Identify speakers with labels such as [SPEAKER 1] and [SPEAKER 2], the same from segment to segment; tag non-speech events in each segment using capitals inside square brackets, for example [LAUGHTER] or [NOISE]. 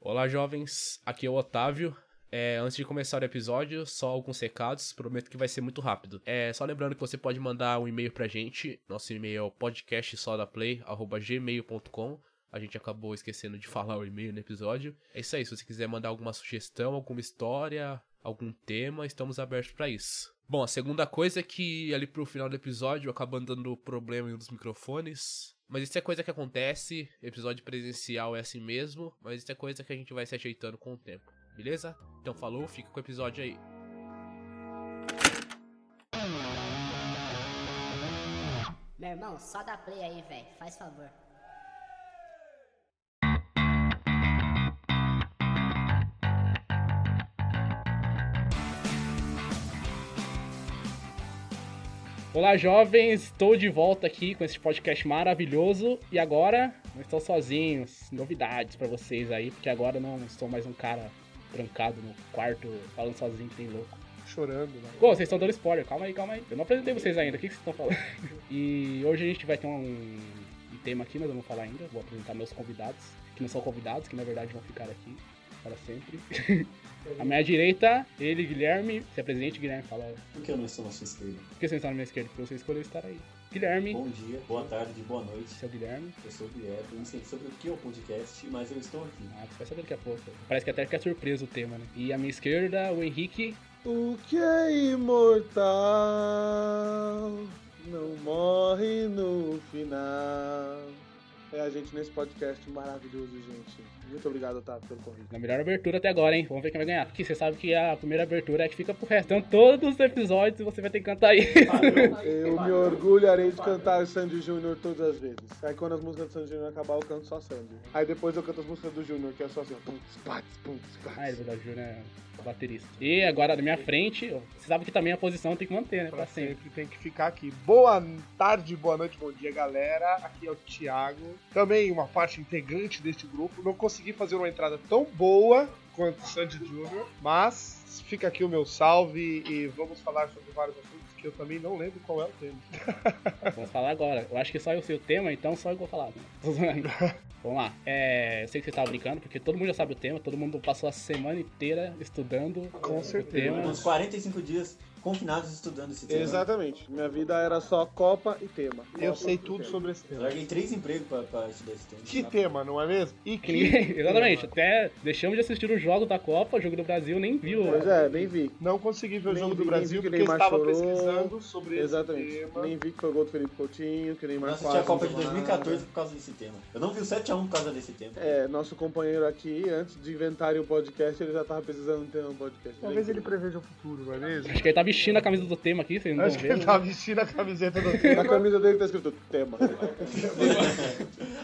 [SPEAKER 1] Olá, jovens. Aqui é o Otávio. É, antes de começar o episódio, só alguns recados. Prometo que vai ser muito rápido. É, só lembrando que você pode mandar um e-mail pra gente. Nosso e-mail é o podcastsodaplay.gmail.com. A gente acabou esquecendo de falar o e-mail no episódio. É isso aí. Se você quiser mandar alguma sugestão, alguma história, algum tema, estamos abertos pra isso. Bom, a segunda coisa é que ali pro final do episódio eu acabo dando problema em um dos microfones. Mas isso é coisa que acontece, episódio presencial é assim mesmo, mas isso é coisa que a gente vai se ajeitando com o tempo, beleza? Então falou, fica com o episódio aí.
[SPEAKER 2] Meu irmão, só dá play aí, velho. Faz favor.
[SPEAKER 3] Olá, jovens! Estou de volta aqui com esse podcast maravilhoso e agora não estou sozinhos. Novidades para vocês aí, porque agora eu não estou mais um cara trancado no quarto falando sozinho que tem louco.
[SPEAKER 4] chorando, né?
[SPEAKER 3] Pô, vocês estão dando spoiler, calma aí, calma aí. Eu não apresentei vocês ainda, o que que vocês estão falando? [LAUGHS] E hoje a gente vai ter um, um tema aqui, mas eu não vou falar ainda. Vou apresentar meus convidados, que não são convidados, que na verdade vão ficar aqui para sempre. [LAUGHS] À minha direita, ele, Guilherme. Se apresente, Guilherme, fala.
[SPEAKER 5] Por que eu não estou na sua esquerda?
[SPEAKER 3] Por que você não está na minha esquerda? Porque você escolheu estar aí. Guilherme.
[SPEAKER 5] Bom dia, boa tarde, boa noite.
[SPEAKER 3] Seu Guilherme.
[SPEAKER 5] Eu sou o Guilherme, não sei sobre o que é o podcast, mas eu estou aqui.
[SPEAKER 3] Ah, você vai saber daqui a pouco. Parece que até que é surpresa o tema, né? E à minha esquerda, o Henrique.
[SPEAKER 4] O que é imortal não morre no final. É a gente nesse podcast maravilhoso, gente. Muito obrigado, Otávio, pelo convite.
[SPEAKER 3] Na melhor abertura até agora, hein? Vamos ver quem vai ganhar. Porque você sabe que a primeira abertura é a que fica pro resto. Então, todos os episódios você vai ter que cantar aí. [LAUGHS]
[SPEAKER 4] Eu me orgulharei de cantar Sandy Júnior todas as vezes. Aí quando as músicas do Sandy Júnior acabar, eu canto só Sandy. Aí depois eu canto as músicas do Júnior, que é só assim, ó, pum, spats, pum, spats.
[SPEAKER 3] Ah, é verdade, o Júnior é baterista. E agora, na minha frente, você sabe que também a posição tem que manter, né? Pra
[SPEAKER 4] Pra
[SPEAKER 3] sempre.
[SPEAKER 4] sempre tem que ficar aqui. Boa tarde, boa noite, bom dia, galera. Aqui é o Thiago, também uma parte integrante deste grupo. Não consegui fazer uma entrada tão boa quanto o Sandy Júnior, mas fica aqui o meu salve e vamos falar sobre vários assuntos que eu também não lembro qual é o tema.
[SPEAKER 3] Vamos falar agora. Eu acho que só eu sei o tema, então só eu vou falar. né? [LAUGHS] Vamos lá. É, eu sei que você tava brincando, porque todo mundo já sabe o tema. Todo mundo passou a semana inteira estudando.
[SPEAKER 4] Com
[SPEAKER 3] o
[SPEAKER 4] certeza.
[SPEAKER 3] tema.
[SPEAKER 5] Uns 45 dias confinados estudando esse tema.
[SPEAKER 6] Exatamente. Minha vida era só Copa e tema.
[SPEAKER 4] Eu
[SPEAKER 6] Copa
[SPEAKER 4] sei
[SPEAKER 6] e
[SPEAKER 4] tudo
[SPEAKER 6] tema.
[SPEAKER 4] sobre esse
[SPEAKER 5] Eu
[SPEAKER 4] tema.
[SPEAKER 5] larguei três empregos pra, pra estudar esse tema.
[SPEAKER 4] Que
[SPEAKER 5] Tá?
[SPEAKER 4] tema, não é mesmo? E
[SPEAKER 3] Que
[SPEAKER 4] que
[SPEAKER 3] ninguém- Exatamente, até deixamos de assistir os jogos da Copa, o jogo do Brasil, nem viu.
[SPEAKER 6] Pois é, nem vi.
[SPEAKER 4] não consegui ver o
[SPEAKER 6] Nem
[SPEAKER 4] jogo do
[SPEAKER 6] vi, nem
[SPEAKER 4] Brasil
[SPEAKER 6] vi que
[SPEAKER 4] porque
[SPEAKER 6] Neymar
[SPEAKER 4] estava
[SPEAKER 6] chorou.
[SPEAKER 4] pesquisando sobre esse
[SPEAKER 6] Exatamente.
[SPEAKER 4] tema.
[SPEAKER 6] Nem vi que foi gol do Felipe Coutinho, que nem
[SPEAKER 5] Eu não
[SPEAKER 6] mais
[SPEAKER 5] assisti a Copa de 2014 por causa desse tema. Eu não vi o 7x1 por causa desse tema.
[SPEAKER 6] É, nosso companheiro aqui, antes de inventarem o podcast, ele já tava precisando ter um podcast.
[SPEAKER 4] Talvez ele preveja o futuro, não é mesmo?
[SPEAKER 3] Acho que ele tá vestindo a camisa do tema aqui, vocês não
[SPEAKER 4] Acho
[SPEAKER 3] estão
[SPEAKER 4] que ele
[SPEAKER 3] vendo.
[SPEAKER 4] tá vestindo a camiseta do
[SPEAKER 6] [LAUGHS] Na
[SPEAKER 4] tema.
[SPEAKER 6] camisa dele tá escrito tema.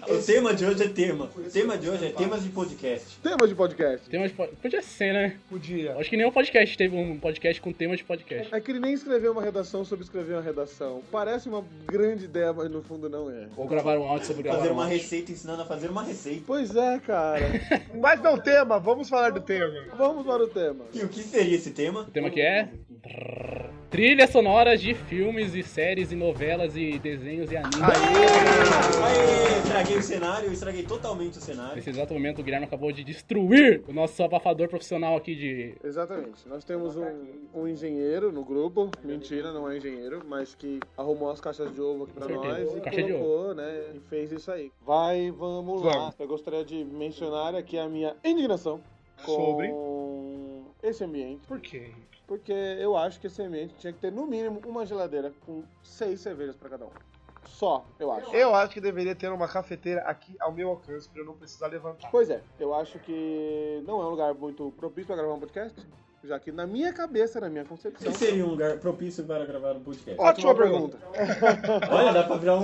[SPEAKER 5] O tema de hoje é tema. O tema de hoje é temas de podcast.
[SPEAKER 6] tema de podcast.
[SPEAKER 3] Tema de pod- Podia ser, né?
[SPEAKER 4] Podia.
[SPEAKER 3] Acho que nenhum podcast teve um podcast com tema de podcast.
[SPEAKER 6] É que ele nem escreveu uma redação sobre escrever uma redação. Parece uma grande ideia, mas no fundo não é.
[SPEAKER 3] Ou gravar um áudio sobre gravar
[SPEAKER 5] Fazer
[SPEAKER 3] um
[SPEAKER 5] uma
[SPEAKER 3] áudio.
[SPEAKER 5] receita, ensinando a fazer uma receita.
[SPEAKER 6] Pois é, cara.
[SPEAKER 4] Mas não tema, vamos falar do tema.
[SPEAKER 6] Vamos para o tema.
[SPEAKER 5] E o que seria esse tema?
[SPEAKER 3] O tema que é... Trilhas sonoras de filmes e séries e novelas e desenhos e animes.
[SPEAKER 5] Aê, estraguei o cenário, eu estraguei totalmente o cenário.
[SPEAKER 3] Nesse exato momento, o Guilherme acabou de destruir o nosso abafador profissional aqui de...
[SPEAKER 6] Exatamente. Nós temos um, um engenheiro no grupo, mentira, não é engenheiro, mas que arrumou as caixas de ovo aqui pra
[SPEAKER 3] Com certeza.
[SPEAKER 6] nós e
[SPEAKER 3] Caixa de
[SPEAKER 6] colocou, né? E fez isso aí. Vai, vamos lá. Eu gostaria de mencionar aqui a minha indignação com
[SPEAKER 4] Sobre?
[SPEAKER 6] esse ambiente,
[SPEAKER 4] Por quê?
[SPEAKER 6] porque eu acho que esse ambiente tinha que ter no mínimo uma geladeira com seis cervejas pra cada um. Só, eu acho.
[SPEAKER 4] Eu acho que deveria ter uma cafeteira aqui ao meu alcance pra eu não precisar levantar.
[SPEAKER 6] Pois é, eu acho que não é um lugar muito propício pra gravar um podcast, já que na minha cabeça, na minha
[SPEAKER 5] O que
[SPEAKER 6] concepção.
[SPEAKER 5] seria um lugar propício para gravar um podcast?
[SPEAKER 4] Ótima pergunta.
[SPEAKER 5] Olha, dá pra virar um.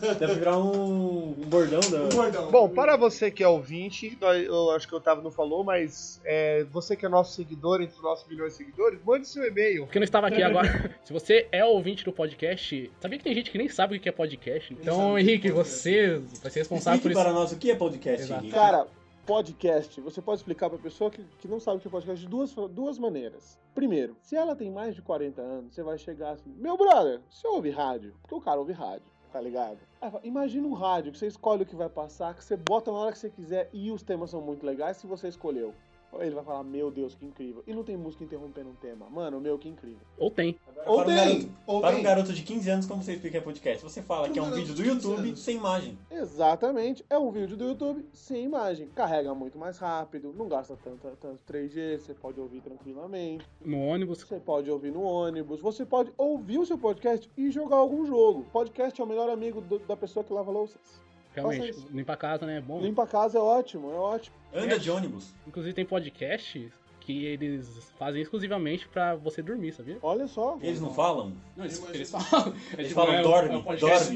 [SPEAKER 5] Dá pra virar um, um bordão da.
[SPEAKER 4] Bom, para você que é ouvinte, nós- eu acho que o Otávio não falou, mas é, você que é nosso seguidor, entre os nossos milhões de seguidores, mande seu e-mail.
[SPEAKER 3] Porque não estava
[SPEAKER 5] [LAUGHS]
[SPEAKER 3] aqui agora. Se você é ouvinte do podcast, sabia que tem gente que nem sabe o que é podcast? Então, Henrique, você vai ser responsável por
[SPEAKER 5] Explique
[SPEAKER 3] isso.
[SPEAKER 5] para nós o que é podcast,
[SPEAKER 3] Exato.
[SPEAKER 5] Henrique.
[SPEAKER 6] Cara, podcast, você pode explicar pra pessoa que, que não sabe o que é podcast de duas, duas maneiras. Primeiro, se ela tem mais de 40 anos, você vai chegar assim, meu brother, você ouve rádio? Porque o cara ouve rádio. tá ligado? Aí fala, Imagina um rádio que você escolhe o que vai passar, que você bota na hora que você quiser e os temas são muito legais se você escolheu. Ele vai falar, meu Deus, que incrível. E não tem música interrompendo um tema. Mano, meu, que incrível.
[SPEAKER 3] Ou tem.
[SPEAKER 5] Para um,
[SPEAKER 7] Ontem,
[SPEAKER 5] garoto,
[SPEAKER 7] ontem.
[SPEAKER 5] para um garoto de 15 anos, como você explica podcast? Você fala
[SPEAKER 7] Para
[SPEAKER 5] que é
[SPEAKER 7] um
[SPEAKER 5] um
[SPEAKER 7] garoto de
[SPEAKER 5] vídeo do
[SPEAKER 7] 15
[SPEAKER 5] YouTube
[SPEAKER 7] anos.
[SPEAKER 5] sem imagem.
[SPEAKER 6] Exatamente. É um vídeo do YouTube sem imagem. Carrega muito mais rápido, não gasta tanto, tanto 3G, você pode ouvir tranquilamente.
[SPEAKER 3] No ônibus.
[SPEAKER 6] Você pode ouvir no ônibus, você pode ouvir o seu podcast e jogar algum jogo. Podcast é o melhor amigo do- da pessoa que lava louças.
[SPEAKER 3] Realmente,
[SPEAKER 6] isso.
[SPEAKER 3] limpa a casa, né? É bom.
[SPEAKER 6] Limpa a casa é ótimo, é ótimo.
[SPEAKER 5] Anda de ônibus.
[SPEAKER 3] Inclusive tem podcast que eles fazem exclusivamente pra você dormir, sabia?
[SPEAKER 6] Olha só.
[SPEAKER 5] Eles não falam?
[SPEAKER 3] Não,
[SPEAKER 7] eles-
[SPEAKER 3] eles,
[SPEAKER 7] eles
[SPEAKER 3] falam.
[SPEAKER 5] Eles
[SPEAKER 3] é
[SPEAKER 5] falam, tipo, é dorme, dorme,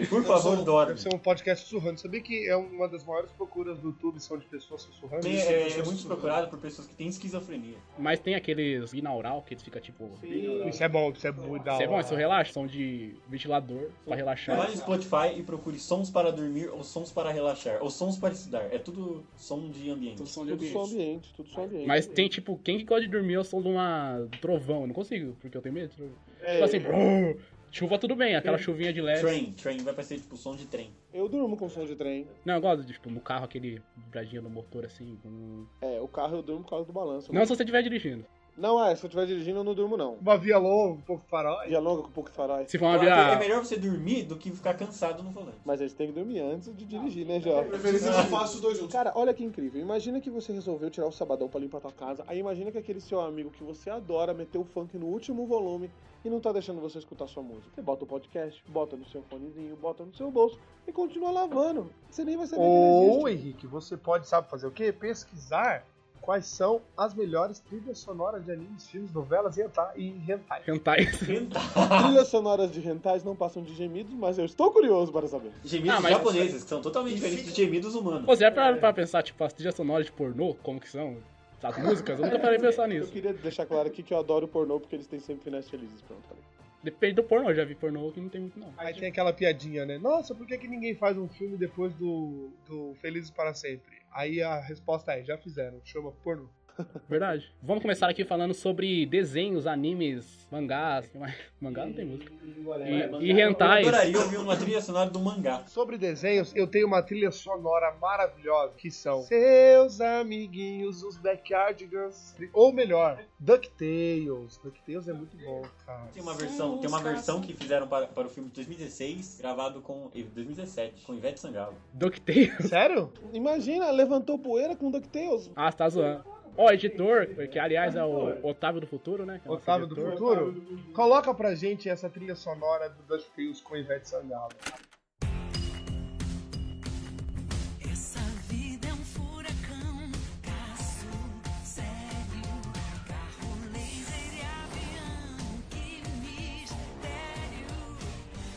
[SPEAKER 5] por favor, dorme.
[SPEAKER 4] Deve ser um podcast sussurrando. Sabia que é uma das maiores procuras do YouTube são de pessoas sussurrando?
[SPEAKER 5] Tem-
[SPEAKER 4] Isso,
[SPEAKER 5] é,
[SPEAKER 4] um pessoas
[SPEAKER 5] é muito
[SPEAKER 4] sussurrando.
[SPEAKER 5] procurado por pessoas que têm esquizofrenia.
[SPEAKER 3] Mas tem aqueles binaural que eles ficam tipo.
[SPEAKER 4] Isso é bom, isso é muito da
[SPEAKER 3] Isso é bom,
[SPEAKER 4] hora.
[SPEAKER 3] isso relaxa, som de ventilador pra
[SPEAKER 5] Vai
[SPEAKER 3] relaxar.
[SPEAKER 5] no Spotify e procure sons para dormir ou sons para relaxar. Ou sons para estudar. É tudo som de ambiente.
[SPEAKER 7] Produção de
[SPEAKER 6] Tudo som
[SPEAKER 7] ambiente.
[SPEAKER 6] ambiente, tudo som ambiente.
[SPEAKER 3] Mas tem tipo, quem que gosta de dormir ao som de uma trovão? Eu não consigo, porque eu tenho medo. de trovão.
[SPEAKER 6] É,
[SPEAKER 3] Tipo assim, brrr, chuva tudo bem, aquela
[SPEAKER 4] É.
[SPEAKER 3] chuvinha de leve.
[SPEAKER 5] Train, train, vai parecer tipo som de trem.
[SPEAKER 6] eu durmo com som de trem.
[SPEAKER 3] Não, eu gosto de, tipo, no carro, aquele vibradinho no motor assim. com-
[SPEAKER 6] É, o carro eu durmo por causa do balanço.
[SPEAKER 3] Não se você estiver dirigindo.
[SPEAKER 6] Não, é, se eu estiver dirigindo eu não durmo não.
[SPEAKER 4] Uma via longa, um pouco farói.
[SPEAKER 6] Via longa com pouco de faróis.
[SPEAKER 3] Se for uma
[SPEAKER 5] É
[SPEAKER 3] via.
[SPEAKER 5] melhor você dormir do que ficar cansado no volante.
[SPEAKER 6] Mas eles têm que dormir antes de dirigir, né, Jovem?
[SPEAKER 7] Preferência que faça os dois juntos.
[SPEAKER 6] Cara, olha que incrível. Imagina que você resolveu tirar o sabadão pra limpar tua casa. Aí imagina que aquele seu amigo que você adora meteu o funk no último volume e não tá deixando você escutar sua música. Você bota o podcast, bota no seu fonezinho, bota no seu bolso e continua lavando. Você Tá nem vai saber
[SPEAKER 4] Ou,
[SPEAKER 6] que ele existe.
[SPEAKER 4] Henrique, você pode, sabe fazer o quê? Pesquisar quais são as melhores trilhas sonoras de animes, filmes, novelas e hentai- e hentai.
[SPEAKER 3] Cantar isso.
[SPEAKER 6] Trilhas sonoras de rentais não passam de gemidos, mas eu estou curioso para saber.
[SPEAKER 5] Gemidos
[SPEAKER 3] Ah, mas-
[SPEAKER 5] japoneses, que são totalmente diferentes dos gemidos humanos.
[SPEAKER 3] Pô, você já pararam pra pensar, tipo, as trilhas sonoras de pornô, como que são? As músicas? Eu nunca parei de pensar
[SPEAKER 6] Eu
[SPEAKER 3] nisso.
[SPEAKER 6] queria deixar claro aqui que eu adoro pornô porque eles têm sempre finais felizes. Pronto, falei.
[SPEAKER 3] Depende do pornô, eu já vi pornô que não tem muito, não.
[SPEAKER 4] Aí tem aquela piadinha, né? Nossa, por que, que ninguém faz um filme depois do, do Felizes para Sempre? Aí a resposta é, já fizeram, chama porno.
[SPEAKER 3] Verdade. Vamos começar aqui falando sobre desenhos, animes, mangás. que mais? Mangá não tem música.
[SPEAKER 4] É,
[SPEAKER 3] E, e
[SPEAKER 5] Eu
[SPEAKER 3] hentais.
[SPEAKER 5] adoraria ouvir uma trilha sonora do mangá.
[SPEAKER 4] Sobre desenhos, eu tenho uma trilha sonora maravilhosa, que são Seus Amiguinhos, os Backyardigans, ou melhor, DuckTales. DuckTales é muito bom,
[SPEAKER 6] [LAUGHS]
[SPEAKER 4] cara.
[SPEAKER 5] Tem uma versão, tem uma versão que fizeram para, para o filme de 2016, gravado com 2017, com Ivete Sangalo.
[SPEAKER 3] Ducktail.
[SPEAKER 4] Sério?
[SPEAKER 6] Imagina, levantou poeira com DuckTales.
[SPEAKER 3] Ah, você tá zoando. Ó, editor, que aliás é o Otávio do Futuro, né? que é o nosso
[SPEAKER 4] Otávio do
[SPEAKER 3] editor.
[SPEAKER 4] Futuro? Coloca pra gente essa trilha sonora do DuckTales com Ivete Sangalo.
[SPEAKER 8] Essa vida é um furacão, caço sério, carro laser e avião, que mistério.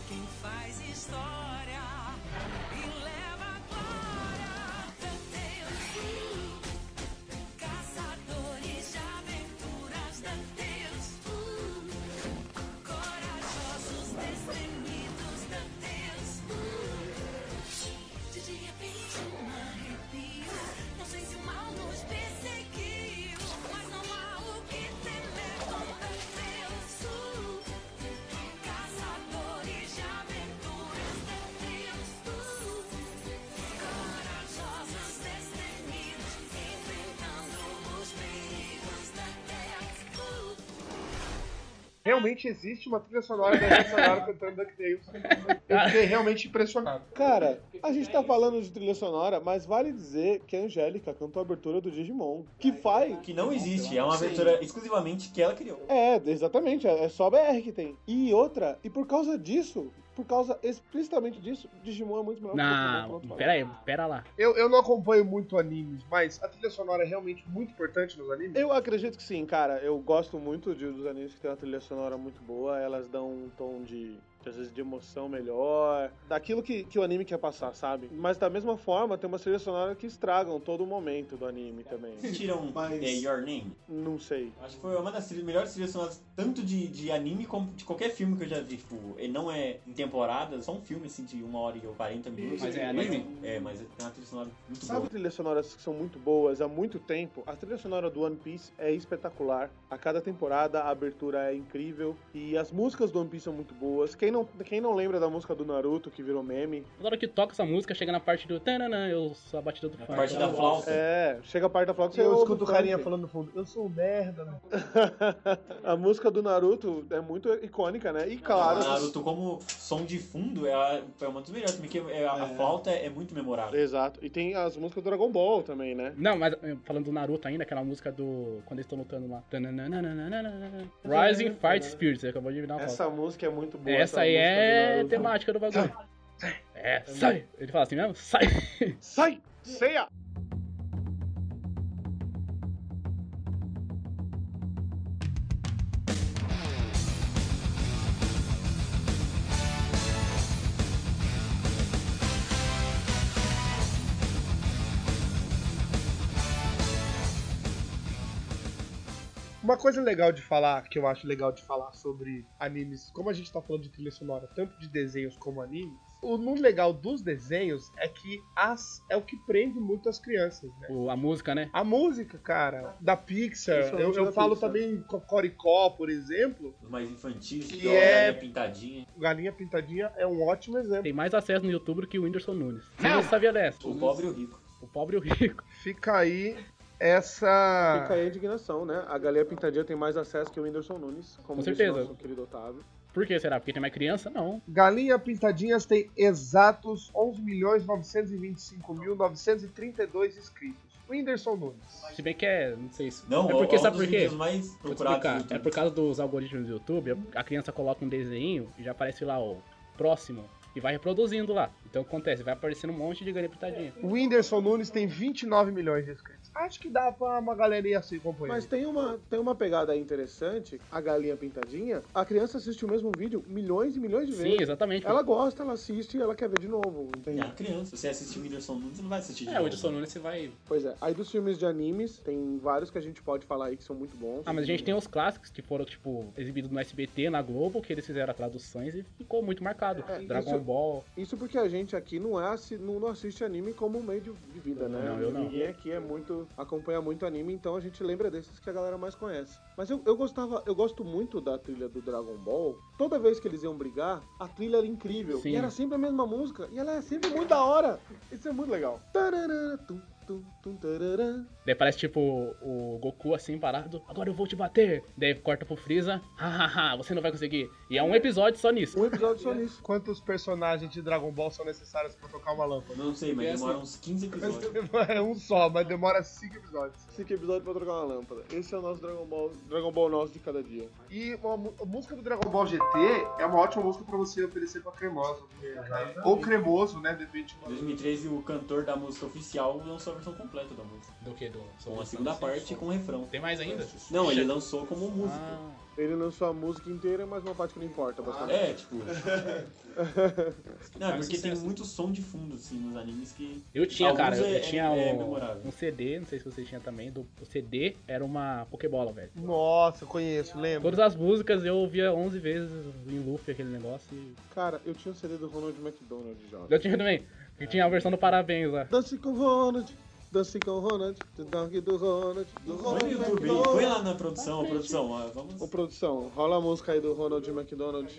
[SPEAKER 8] Quem faz história e leva glória, Danteus, caçadores de aventuras, Danteus, corajosos, destemidos, Danteus. De repente um arrepio Não sei se o mal nos perseguiu Mas não há o que temer contra Deus Caçadores de aventuras Deus Corajosos, destemidos Enfrentando os perigos da terra
[SPEAKER 4] Realmente existe uma trilha sonora da Ivete [LAUGHS] Sangalo cantando DuckTales. Eu fiquei realmente impressionado.
[SPEAKER 6] Cara, a gente tá falando de trilha sonora, mas vale dizer que a Angélica cantou a abertura do Digimon. Que faz.
[SPEAKER 5] Que não existe, é uma abertura exclusivamente que ela criou.
[SPEAKER 6] É, exatamente, é só BR que tem. E outra, e por causa disso, por causa explicitamente disso, Digimon é muito melhor que
[SPEAKER 3] Não,
[SPEAKER 6] Pokémon, pronto,
[SPEAKER 3] pera aí, pera lá.
[SPEAKER 4] Eu, eu não acompanho muito animes, mas a trilha sonora é realmente muito importante nos animes.
[SPEAKER 6] Eu acredito que sim, cara. Eu gosto muito de, dos animes que tem uma trilha sonora muito boa. Elas dão um tom de, de, às vezes, de emoção melhor. Daquilo que, que o anime quer passar, sabe? Mas da mesma forma, tem umas trilhas sonoras que estragam todo o momento do anime também.
[SPEAKER 5] Tiram
[SPEAKER 7] Mas-
[SPEAKER 5] é, Your Name.
[SPEAKER 6] Não sei.
[SPEAKER 5] Acho que foi uma das trilhas- melhores trilhas sonoras, tanto de, de anime como de qualquer filme que eu já vi. Tipo, ele não é em temporada, é só um filme assim de uma hora e 40 minutos.
[SPEAKER 7] Mas é anime?
[SPEAKER 5] é, mas é uma trilha sonora muito
[SPEAKER 6] Sabe
[SPEAKER 5] boa.
[SPEAKER 6] trilhas sonoras que são muito boas há muito tempo? A trilha sonora do One Piece é espetacular. A cada temporada a abertura é incrível e as músicas do One Piece são muito boas. Quem não, quem não lembra da música do Naruto que virou meme?
[SPEAKER 3] Toda hora que toca essa música, chega na parte do tananã, eu sou a batida do funk.
[SPEAKER 5] parte da flauta.
[SPEAKER 6] É, chega a parte da flauta você
[SPEAKER 4] Eu
[SPEAKER 6] ouve
[SPEAKER 4] escuto o carinha
[SPEAKER 6] funk.
[SPEAKER 4] falando no fundo, eu sou um merda, mano.
[SPEAKER 6] [LAUGHS] a música do Naruto é muito icônica, né? E claro,
[SPEAKER 5] Naruto como som de fundo é, a- é uma das melhores, porque é- a, a flauta é muito memorável.
[SPEAKER 6] exato. E tem as músicas do Dragon Ball também, né?
[SPEAKER 3] Não, mas eh, falando do Naruto ainda, aquela música do. Quando eles estão lutando lá. Tananananananana. Rising Fight Spirits, você acabou de me dar uma
[SPEAKER 6] Essa
[SPEAKER 3] pausa.
[SPEAKER 6] música é muito boa.
[SPEAKER 3] Essa aí
[SPEAKER 6] música do
[SPEAKER 3] é
[SPEAKER 6] Naruto.
[SPEAKER 3] temática do bagulho. É, sai! Ele fala assim mesmo? Sai! [LAUGHS]
[SPEAKER 6] Sai! Ceia!
[SPEAKER 4] Uma coisa legal de falar, que eu acho legal de falar sobre animes, como a gente tá falando de trilha sonora, tanto de desenhos como animes, o no legal dos desenhos é que as, é o que prende muito as crianças, né?
[SPEAKER 3] O- a música, né?
[SPEAKER 4] A música, cara, da Pixar, eu,
[SPEAKER 6] Principalmente
[SPEAKER 4] eu
[SPEAKER 6] da
[SPEAKER 4] falo
[SPEAKER 6] Pixar.
[SPEAKER 4] também Cocoricó, por exemplo,
[SPEAKER 5] Os mais infantis,
[SPEAKER 4] Que
[SPEAKER 5] que
[SPEAKER 4] é-
[SPEAKER 5] é pintadinha.
[SPEAKER 4] Galinha Pintadinha é um ótimo exemplo.
[SPEAKER 3] Tem mais acesso no YouTube que o Whindersson Nunes. Não sabia dessa.
[SPEAKER 5] O pobre e o rico.
[SPEAKER 3] O pobre e o rico.
[SPEAKER 4] Fica aí essa...
[SPEAKER 6] Fica aí a indignação, né? A Galinha Pintadinha tem mais acesso que o Whindersson Nunes,
[SPEAKER 3] Com
[SPEAKER 6] como disse
[SPEAKER 3] certeza.
[SPEAKER 6] nosso querido Otávio.
[SPEAKER 3] Por que será? Porque tem mais criança? Não.
[SPEAKER 4] Galinha Pintadinhas tem exatos 11.925.932 inscritos. Whindersson Nunes.
[SPEAKER 3] Se bem que é. Não sei se.
[SPEAKER 5] Não,
[SPEAKER 3] é porque,
[SPEAKER 5] é um
[SPEAKER 3] sabe
[SPEAKER 5] dos
[SPEAKER 3] por quê?
[SPEAKER 5] vídeos mais
[SPEAKER 3] Vou te
[SPEAKER 5] procurados
[SPEAKER 3] explicar.
[SPEAKER 5] no YouTube.
[SPEAKER 3] É por causa dos algoritmos do YouTube, a criança coloca um desenho e já aparece lá, ó, próximo, e vai reproduzindo lá. Então o que acontece, vai aparecendo um monte de galinha pitadinha.
[SPEAKER 4] O Whindersson Nunes tem 29 milhões de inscritos. Acho que dá pra uma galerinha assim acompanhar.
[SPEAKER 6] Mas tem uma, tem uma pegada aí interessante, a Galinha Pintadinha, a criança assiste o mesmo vídeo milhões e milhões de
[SPEAKER 3] Sim,
[SPEAKER 6] vezes.
[SPEAKER 3] exatamente.
[SPEAKER 6] É, Ela gosta, ela assiste e ela quer ver de novo,
[SPEAKER 5] É
[SPEAKER 6] entende?
[SPEAKER 5] uma criança. Se você assistir o Whindersson Nunes, você não vai assistir de
[SPEAKER 3] É,
[SPEAKER 5] novo.
[SPEAKER 3] o Edson Nunes você vai...
[SPEAKER 6] Pois é. Aí dos filmes de animes, tem vários que a gente pode falar aí que são muito bons.
[SPEAKER 3] Ah, mas a gente tem os clássicos que foram, tipo, exibidos no SBT, na Globo, que eles fizeram traduções e ficou muito marcado.
[SPEAKER 6] É,
[SPEAKER 3] Dragon
[SPEAKER 6] isso-
[SPEAKER 3] Ball.
[SPEAKER 6] Isso porque a gente aqui não, é, assi- não, não assiste anime como um meio de, de vida, né?
[SPEAKER 3] não, eu não.
[SPEAKER 6] Ninguém aqui é muito, acompanha muito anime, então a gente lembra desses que a galera mais conhece. Mas eu, eu gostava, eu gosto muito da trilha do Dragon Ball. Toda vez que eles iam brigar, a trilha era incrível.
[SPEAKER 3] Sim.
[SPEAKER 6] E era sempre a mesma música. E ela é sempre muito da hora. Isso é muito legal. Tararara, tum, tum, tum, tararã.
[SPEAKER 3] Daí parece, tipo, o Goku assim, parado. Agora eu vou te bater. Daí corta pro Freeza. Hahaha, você não vai conseguir. E é um episódio só nisso.
[SPEAKER 6] Um episódio [LAUGHS] só nisso.
[SPEAKER 4] Quantos personagens de Dragon Ball são necessários pra tocar uma lâmpada? [LAUGHS]
[SPEAKER 5] Não sei,
[SPEAKER 3] é
[SPEAKER 5] mas demora
[SPEAKER 3] assim.
[SPEAKER 5] uns 15 episódios.
[SPEAKER 4] É um só, mas demora 5 episódios.
[SPEAKER 6] Cinco episódios pra trocar uma lâmpada. Esse é o nosso Dragon Ball, Dragon Ball nosso de cada dia.
[SPEAKER 4] E uma mu- a música do Dragon Ball GT é uma ótima música pra você oferecer pra cremosa. porque- Ou cremoso, né? Depende.
[SPEAKER 5] Em 2013, o cantor da música oficial lançou a versão completa da música.
[SPEAKER 1] Do que? Do
[SPEAKER 3] Então,
[SPEAKER 5] Com a segunda parte e com o refrão.
[SPEAKER 1] Tem mais ainda?
[SPEAKER 5] Não, ele lançou como música.
[SPEAKER 3] Ah,
[SPEAKER 6] Ele lançou a música inteira, mas uma parte que não importa, basicamente.
[SPEAKER 5] É, [LAUGHS] tipo. Não, é
[SPEAKER 1] Faz
[SPEAKER 5] porque tem
[SPEAKER 1] sucesso.
[SPEAKER 5] muito som de fundo, assim, nos animes que.
[SPEAKER 3] Eu tinha,
[SPEAKER 5] Alguns
[SPEAKER 3] cara, eu,
[SPEAKER 5] é-
[SPEAKER 3] tinha
[SPEAKER 5] é
[SPEAKER 3] um,
[SPEAKER 5] memorável.
[SPEAKER 3] um CD, não sei se você tinha também, do, o CD era uma Pokébola, velho.
[SPEAKER 4] Nossa, conheço, lembro.
[SPEAKER 3] Todas as músicas eu ouvia 11 vezes em loop aquele negócio e...
[SPEAKER 6] Cara, eu tinha o CD do Ronald McDonald já.
[SPEAKER 3] Eu tinha também, que tinha a versão do Parabéns lá.
[SPEAKER 6] Dance com o Ronald, dance com o Ronald, do dog do Ronald, do
[SPEAKER 5] Põe no
[SPEAKER 6] Ronald
[SPEAKER 5] YouTube aí, põe lá na produção, produção. ó, Vamos.
[SPEAKER 6] Ô produção, rola a música aí do Ronald McDonald.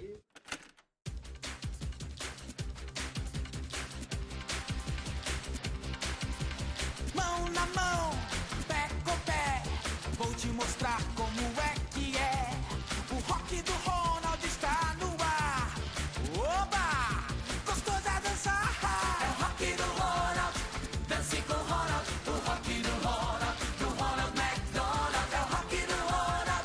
[SPEAKER 9] Mão na mão, pé com pé, vou te mostrar como é que é. O rock do Ronald está no ar. Oba! Gostoso a dançar! É o rock do Ronald, dance com o Ronald. O rock do Ronald, do Ronald McDonald. É o rock do Ronald,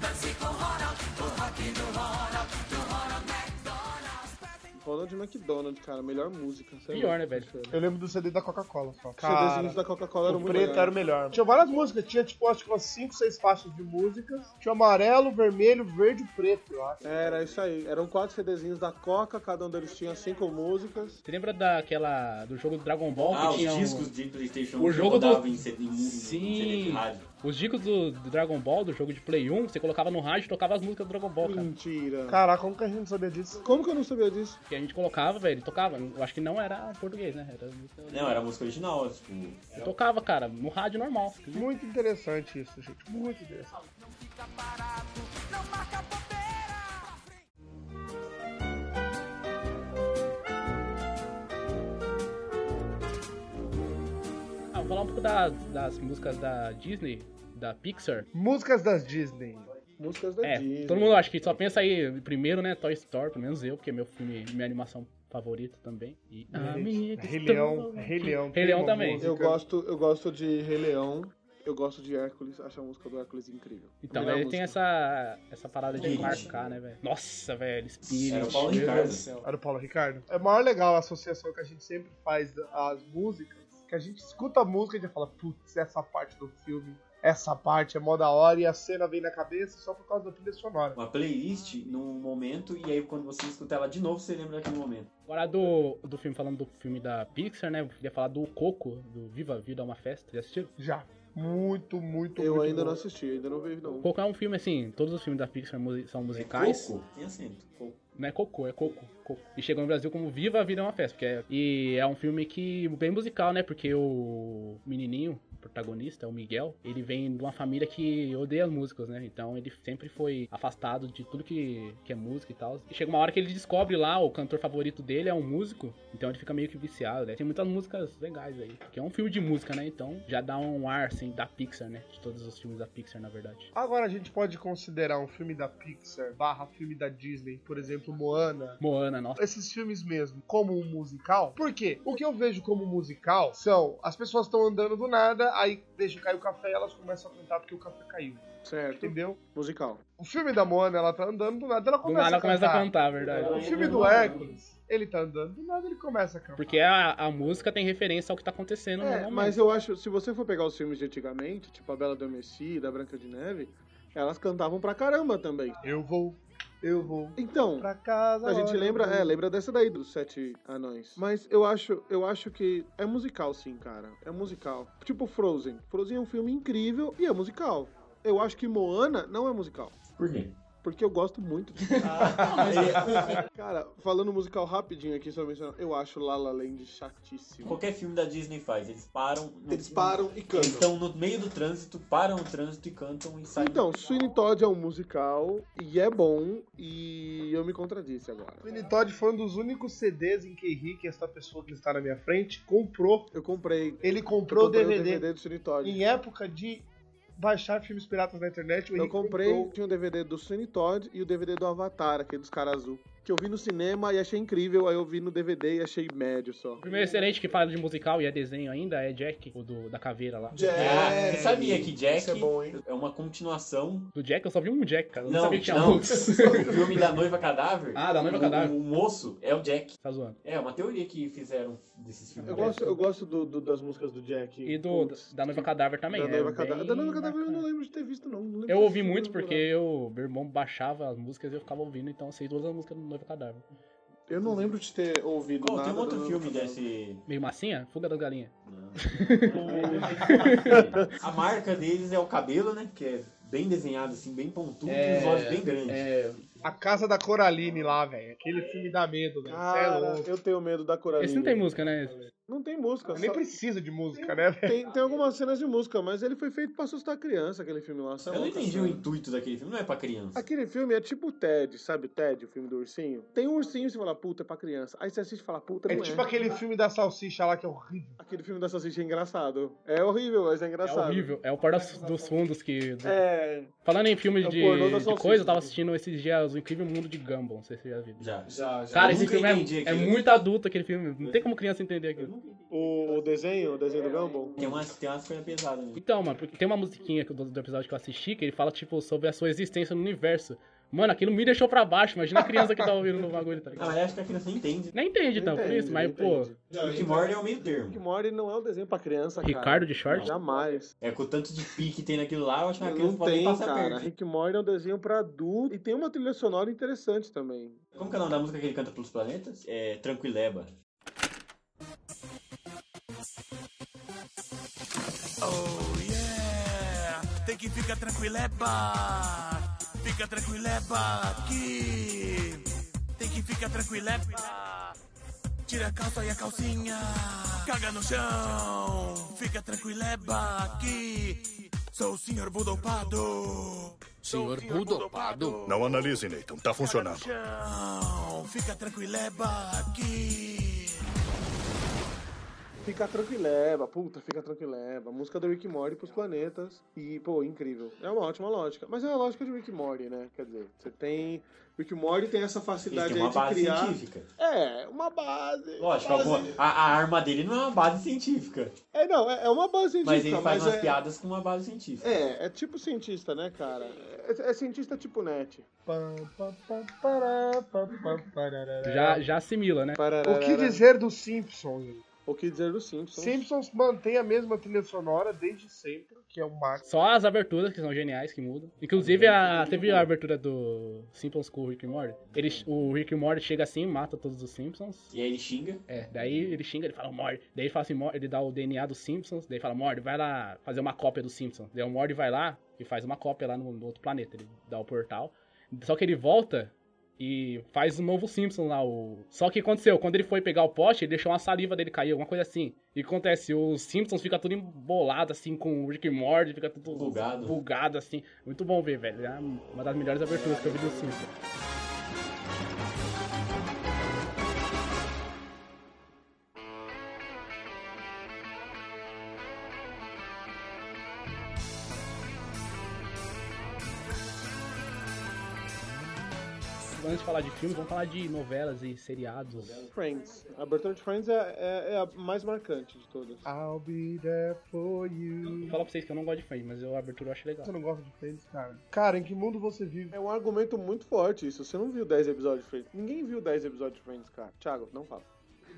[SPEAKER 9] dance com o Ronald. O rock do Ronald, do Ronald McDonald.
[SPEAKER 6] Ronald McDonald, cara, melhor música. sério.
[SPEAKER 3] Pior, né, velho?
[SPEAKER 4] Eu lembro do CD da Coca-Cola só.
[SPEAKER 6] Os CDzinhos da Coca-Cola eram
[SPEAKER 4] O
[SPEAKER 6] muito
[SPEAKER 4] preto era o
[SPEAKER 6] legais.
[SPEAKER 4] melhor. Tinha várias músicas, tinha tipo, acho que umas 5, 6 faixas de músicas. Tinha amarelo, vermelho, verde e preto, eu acho.
[SPEAKER 6] Era isso aí, eram quatro CDzinhos da Coca, cada um deles tinha cinco músicas.
[SPEAKER 3] Você lembra daquela... do jogo do Dragon Ball
[SPEAKER 5] Ah,
[SPEAKER 3] que
[SPEAKER 5] os
[SPEAKER 3] tinha um-
[SPEAKER 5] discos de PlayStation
[SPEAKER 3] o
[SPEAKER 5] que
[SPEAKER 3] jogo
[SPEAKER 5] rodava
[SPEAKER 3] do-
[SPEAKER 5] em CD, em, em CD de
[SPEAKER 3] Sim!
[SPEAKER 5] rádio.
[SPEAKER 3] Os discos do, do Dragon Ball, do jogo de Play 1, você colocava no rádio e tocava as músicas do Dragon Ball, cara.
[SPEAKER 6] Mentira.
[SPEAKER 4] Caraca, como que a gente não sabia disso?
[SPEAKER 6] Como que eu não sabia disso?
[SPEAKER 3] Que a gente colocava, velho, tocava. Eu acho que não era português, né? Era música...
[SPEAKER 5] Não, era a música original, tipo.
[SPEAKER 3] Eu tocava, cara, no rádio normal.
[SPEAKER 4] Muito interessante isso, gente. Muito interessante.
[SPEAKER 9] Não marca bobeira!
[SPEAKER 3] um pouco das, das músicas da Disney, da Pixar.
[SPEAKER 4] Músicas das Disney.
[SPEAKER 6] Músicas da
[SPEAKER 3] É,
[SPEAKER 6] Disney.
[SPEAKER 3] todo mundo acha que só pensa aí primeiro, né? Toy Story, pelo menos eu, porque é meu filme, minha animação favorita também. E, Amigo,
[SPEAKER 4] Rei
[SPEAKER 3] estou
[SPEAKER 4] Leão.
[SPEAKER 3] aqui.
[SPEAKER 4] Rei Leão.
[SPEAKER 3] Rei
[SPEAKER 4] tem
[SPEAKER 3] Leão
[SPEAKER 4] uma
[SPEAKER 3] também.
[SPEAKER 4] música.
[SPEAKER 6] Eu gosto, eu gosto de Rei Leão, eu gosto de Hércules, acho a música do Hércules incrível.
[SPEAKER 3] Então,
[SPEAKER 6] Melhor
[SPEAKER 3] ele tem
[SPEAKER 6] é música.
[SPEAKER 3] essa, essa parada de
[SPEAKER 5] Spirit.
[SPEAKER 3] marcar, né, velho? Nossa, velho, Spirit.
[SPEAKER 5] Era o Paulo
[SPEAKER 3] meu
[SPEAKER 5] Ricardo.
[SPEAKER 3] Deus do céu.
[SPEAKER 4] Era o Paulo Ricardo. É maior legal a associação que a gente sempre faz da- às músicas, que a gente escuta a música e já fala, putz, essa parte do filme, essa parte é mó da hora e a cena vem na cabeça só por causa da trilha sonora.
[SPEAKER 5] Uma playlist num momento, e aí quando você escuta ela de novo, você lembra daquele momento.
[SPEAKER 3] Agora do, do filme, falando do filme da Pixar, né? Eu queria falar do Coco, do Viva a Vida é uma Festa. Já assistiram?
[SPEAKER 4] Já. Muito, muito,
[SPEAKER 6] Eu
[SPEAKER 4] muito
[SPEAKER 6] ainda
[SPEAKER 4] bom.
[SPEAKER 6] não assisti, ainda não vi não.
[SPEAKER 3] Coco é um filme, assim, todos os filmes da Pixar mu- são musicais.
[SPEAKER 5] Coco? Tem acento. Coco.
[SPEAKER 3] Não é Cocô, é Coco. Coco. E chegou no Brasil como Viva a Vida é uma Festa. Porque é, e é um filme que bem musical, né? Porque o menininho, o protagonista, o Miguel, ele vem de uma família que odeia as músicas, né? Então ele sempre foi afastado de tudo que, que é música e tal. E chega uma hora que ele descobre lá, o cantor favorito dele é um músico. Então ele fica meio que viciado, né? Tem muitas músicas legais aí. Porque é um filme de música, né? Então já dá um ar, assim, da Pixar, né? De todos os filmes da Pixar, na verdade.
[SPEAKER 4] Agora a gente pode considerar um filme da Pixar barra filme da Disney, por exemplo, Moana.
[SPEAKER 3] Moana, nossa.
[SPEAKER 4] Esses filmes mesmo, como um musical. Por quê? O que eu vejo como musical são as pessoas estão andando do nada, aí deixa cair o café e elas começam a cantar porque o café caiu.
[SPEAKER 6] Certo,
[SPEAKER 4] Entendeu?
[SPEAKER 6] musical.
[SPEAKER 4] O filme da Moana, ela tá andando do nada, ela
[SPEAKER 3] Do
[SPEAKER 4] começa
[SPEAKER 3] nada
[SPEAKER 4] a
[SPEAKER 3] ela começa a
[SPEAKER 4] cantar.
[SPEAKER 3] cantar, verdade.
[SPEAKER 4] O filme do Hércules, ele tá andando do nada, ele começa a cantar.
[SPEAKER 3] Porque a, a música tem referência ao que tá acontecendo no
[SPEAKER 6] É,
[SPEAKER 3] momento.
[SPEAKER 6] mas eu acho, se você for pegar os filmes de antigamente, tipo A Bela Adormecida, A Branca de Neve, elas cantavam pra caramba também.
[SPEAKER 4] eu vou, eu vou
[SPEAKER 6] Então,
[SPEAKER 4] pra casa.
[SPEAKER 6] a gente
[SPEAKER 4] olha,
[SPEAKER 6] lembra,
[SPEAKER 4] eu
[SPEAKER 6] é,
[SPEAKER 4] vou.
[SPEAKER 6] lembra dessa daí dos Sete Anões. Mas eu acho, eu acho que é musical sim, cara. É musical. Tipo Frozen. Frozen é um filme incrível e é musical. Eu acho que Moana não é musical.
[SPEAKER 5] Por quê?
[SPEAKER 6] Porque eu gosto muito. de- [LAUGHS] Cara, falando musical rapidinho aqui, só mencionar. Eu acho La La Land chatíssimo.
[SPEAKER 5] Qualquer filme da Disney faz, eles param. no-
[SPEAKER 6] Eles param e cantam.
[SPEAKER 5] Então, no meio do trânsito, param o trânsito e cantam e saem.
[SPEAKER 6] Então, Sweeney Todd é um musical e é bom e eu me contradisse agora.
[SPEAKER 4] O Winnie Todd foi um dos únicos CDs em que Henrique, essa pessoa que está na minha frente, comprou.
[SPEAKER 6] Eu comprei. eu
[SPEAKER 4] Ele comprou o
[SPEAKER 6] comprei
[SPEAKER 4] DVD.
[SPEAKER 6] do Sweeney Todd.
[SPEAKER 4] Em época de baixar filmes piratas na internet, o
[SPEAKER 6] Eu
[SPEAKER 4] Henrique
[SPEAKER 6] comprei,
[SPEAKER 4] comprou.
[SPEAKER 6] tinha um DVD do Sweeney Todd e o DVD do Avatar, aquele dos caras azul. Que eu vi no cinema e achei incrível, aí eu vi no DVD e achei médio só.
[SPEAKER 3] O primeiro excelente que fala de musical e é desenho ainda é Jack, o do, da caveira lá.
[SPEAKER 5] Ah, você sabia que Jack
[SPEAKER 6] Isso é bom, hein?
[SPEAKER 5] é uma continuação
[SPEAKER 3] Do Jack eu só vi um Jack, cara. Eu não,
[SPEAKER 5] Não,
[SPEAKER 3] sabia que tinha
[SPEAKER 5] não. [LAUGHS]
[SPEAKER 3] outros.
[SPEAKER 5] do filme da Noiva Cadáver?
[SPEAKER 3] Ah, da Noiva
[SPEAKER 5] O-
[SPEAKER 3] Cadáver.
[SPEAKER 5] O, moço é o Jack.
[SPEAKER 3] tá zoando.
[SPEAKER 5] É, uma teoria que fizeram desses filmes.
[SPEAKER 6] Eu gosto, eu gosto do- do- das músicas do Jack.
[SPEAKER 3] E do,
[SPEAKER 6] Putz,
[SPEAKER 3] da Noiva Cadáver também.
[SPEAKER 6] da
[SPEAKER 3] é
[SPEAKER 6] Noiva
[SPEAKER 3] bem
[SPEAKER 6] Cadáver. Da Noiva Cadáver eu não
[SPEAKER 3] bacana.
[SPEAKER 6] lembro de ter visto, não. não lembro
[SPEAKER 3] Eu
[SPEAKER 6] de
[SPEAKER 3] ouvi
[SPEAKER 6] ter
[SPEAKER 3] muito
[SPEAKER 6] visto,
[SPEAKER 3] porque eu, meu irmão baixava as músicas e eu ficava ouvindo, então eu sei todas as músicas do Noiva Cadáver. É
[SPEAKER 6] Eu não lembro de ter ouvido
[SPEAKER 5] Qual-
[SPEAKER 6] nada.
[SPEAKER 5] tem um
[SPEAKER 6] da
[SPEAKER 5] outro
[SPEAKER 6] Noiva
[SPEAKER 5] filme
[SPEAKER 6] Cadáver.
[SPEAKER 5] desse.
[SPEAKER 3] Meio massinha? Fuga das galinhas. É.
[SPEAKER 5] a marca deles é o cabelo, né? Que é bem desenhado, assim, bem pontudo e os olhos bem grandes.
[SPEAKER 3] É,
[SPEAKER 4] A Casa da Coraline lá, velho. Aquele filme dá medo, velho. Cê é
[SPEAKER 6] Cara,
[SPEAKER 4] louco.
[SPEAKER 6] eu tenho medo da Coraline.
[SPEAKER 3] esse não tem música, né?
[SPEAKER 6] Não tem música.
[SPEAKER 4] Nem
[SPEAKER 6] só-
[SPEAKER 4] precisa de música, né, velho?
[SPEAKER 6] Tem, tem algumas cenas de música, mas ele foi feito pra assustar criança, aquele filme lá. Você é
[SPEAKER 5] Eu não
[SPEAKER 6] louco,
[SPEAKER 5] entendi o
[SPEAKER 6] cara.
[SPEAKER 5] intuito daquele filme, não é pra criança.
[SPEAKER 6] Aquele filme é tipo o Ted, sabe o Ted, o filme do ursinho? Tem um ursinho e você fala, puta, é pra criança. Aí você assiste e fala, puta,
[SPEAKER 4] É
[SPEAKER 6] não é.
[SPEAKER 4] tipo aquele filme da salsicha lá que é horrível.
[SPEAKER 6] Aquele filme da salsicha é engraçado. É horrível, mas é
[SPEAKER 3] É
[SPEAKER 6] engraçado.
[SPEAKER 3] horrível. É o par dos, dos fundos que. do-
[SPEAKER 6] É,
[SPEAKER 3] Falando em filme
[SPEAKER 6] É o
[SPEAKER 3] de,
[SPEAKER 6] pornô da
[SPEAKER 3] de
[SPEAKER 6] salsicha.
[SPEAKER 3] coisa, eu tava assistindo esses dias O Incrível Mundo de Gumball, não sei se você já viu.
[SPEAKER 5] Já.
[SPEAKER 7] Já, já.
[SPEAKER 3] Cara,
[SPEAKER 5] Eu
[SPEAKER 3] esse
[SPEAKER 5] nunca
[SPEAKER 3] filme
[SPEAKER 5] entendi
[SPEAKER 3] é, é
[SPEAKER 5] aquilo.
[SPEAKER 3] muito adulto, aquele filme. Não tem como criança entender aquilo.
[SPEAKER 6] o, o desenho, o desenho do Gumball.
[SPEAKER 5] Tem umas, tem umas coisas pesadas. Né?
[SPEAKER 3] Então, mano, porque tem uma musiquinha que- do, do episódio que eu assisti que ele fala, tipo, sobre a sua existência no universo. Mano, aquilo me deixou pra baixo. Imagina a criança que tá ouvindo no bagulho, tá
[SPEAKER 5] Na
[SPEAKER 6] [LAUGHS]
[SPEAKER 3] ligado?
[SPEAKER 5] verdade, Ah, acho que a criança não entende.
[SPEAKER 3] Nem entende,
[SPEAKER 6] Não
[SPEAKER 3] então, por
[SPEAKER 6] entende,
[SPEAKER 3] isso, mas,
[SPEAKER 6] não
[SPEAKER 3] pô,
[SPEAKER 6] entende.
[SPEAKER 7] já
[SPEAKER 5] O que morde é o meio
[SPEAKER 6] Rick
[SPEAKER 5] termo.
[SPEAKER 6] Morty não é um desenho pra criança, cara.
[SPEAKER 3] Ricardo de short?
[SPEAKER 6] Jamais.
[SPEAKER 5] É com o tanto de pi que tem naquilo lá, eu acho é que a criança
[SPEAKER 6] Não
[SPEAKER 5] pode nem
[SPEAKER 6] tem,
[SPEAKER 5] passar
[SPEAKER 6] cara.
[SPEAKER 5] perto.
[SPEAKER 6] Rick Morty é um desenho pra adulto. E tem uma trilha sonora interessante também.
[SPEAKER 5] Como que é o nome da música que ele canta pelos planetas? É Tranquileba.
[SPEAKER 9] Oh yeah, É, tem que ficar tranquileba, fica tranquileba aqui, tem que ficar tranquileba. Tira a calça e a calcinha, caga no chão, fica tranquileba aqui. Sou o senhor Budopado.
[SPEAKER 1] Senhor Budopado.
[SPEAKER 10] Não analise, Nathan. Tá funcionando.
[SPEAKER 9] é Chão, fica tranquileba aqui.
[SPEAKER 6] Fica tranquileba, puta, fica tranquileba. Música do Rick Morty pros planetas. E, pô, incrível. É uma ótima lógica. Mas é a lógica de Rick Morty, né? Quer dizer, você tem. Rick Morty tem essa
[SPEAKER 5] Ele
[SPEAKER 6] facilidade
[SPEAKER 5] tem uma
[SPEAKER 6] aí de
[SPEAKER 5] base
[SPEAKER 6] criar.
[SPEAKER 5] científica.
[SPEAKER 6] É, uma base.
[SPEAKER 5] Lógico,
[SPEAKER 6] base...
[SPEAKER 5] alguma- a, a arma dele não é uma base científica.
[SPEAKER 6] É, não, é, é uma base científica.
[SPEAKER 5] mas ele faz umas
[SPEAKER 6] é...
[SPEAKER 5] piadas com uma base científica.
[SPEAKER 6] É, é tipo cientista, né, cara? É, é cientista tipo net. é.
[SPEAKER 1] Já, já assimila, né?
[SPEAKER 4] O que dizer dos Simpsons?
[SPEAKER 6] O que dizer dos Simpsons?
[SPEAKER 4] Simpsons mantém a mesma trilha sonora desde sempre, que é o máximo.
[SPEAKER 1] Só as aberturas, que são geniais, que mudam. Inclusive, a, teve a abertura do Simpsons com o Rick e Morty. Ele, o Rick e Morty chega assim, mata todos os Simpsons.
[SPEAKER 5] E aí ele xinga.
[SPEAKER 1] É, daí ele xinga, ele fala Morty. Daí ele fala assim, Morty, ele dá o DNA dos Simpsons. Daí ele fala, Morty, vai lá fazer uma cópia dos Simpsons. Daí o Morty vai lá e faz uma cópia lá no, no outro planeta. Ele dá o portal. Só que ele volta e faz um novo Simpson lá. O... Só que aconteceu, quando ele foi pegar o poste, ele deixou uma saliva dele cair, alguma coisa assim. E acontece, os Simpsons fica tudo embolado assim com o Rick e Morty, fica tudo
[SPEAKER 5] Bugado.
[SPEAKER 1] bugado assim. Muito bom ver, velho. É uma das melhores aberturas que eu vi dos Simpsons. Antes de falar de filmes, vamos falar de novelas e seriados.
[SPEAKER 6] Friends. A abertura de Friends é, é- é a mais marcante de todas.
[SPEAKER 4] I'll be there for you.
[SPEAKER 1] Vou falar pra vocês que eu não gosto de Friends, mas eu- a abertura eu acho legal.
[SPEAKER 4] Você não gosta de Friends, cara? Cara, em que mundo você vive?
[SPEAKER 6] É um argumento muito forte isso. Você não viu 10 episódios de Friends. Ninguém viu 10 episódios de Friends, cara. Thiago, não fala.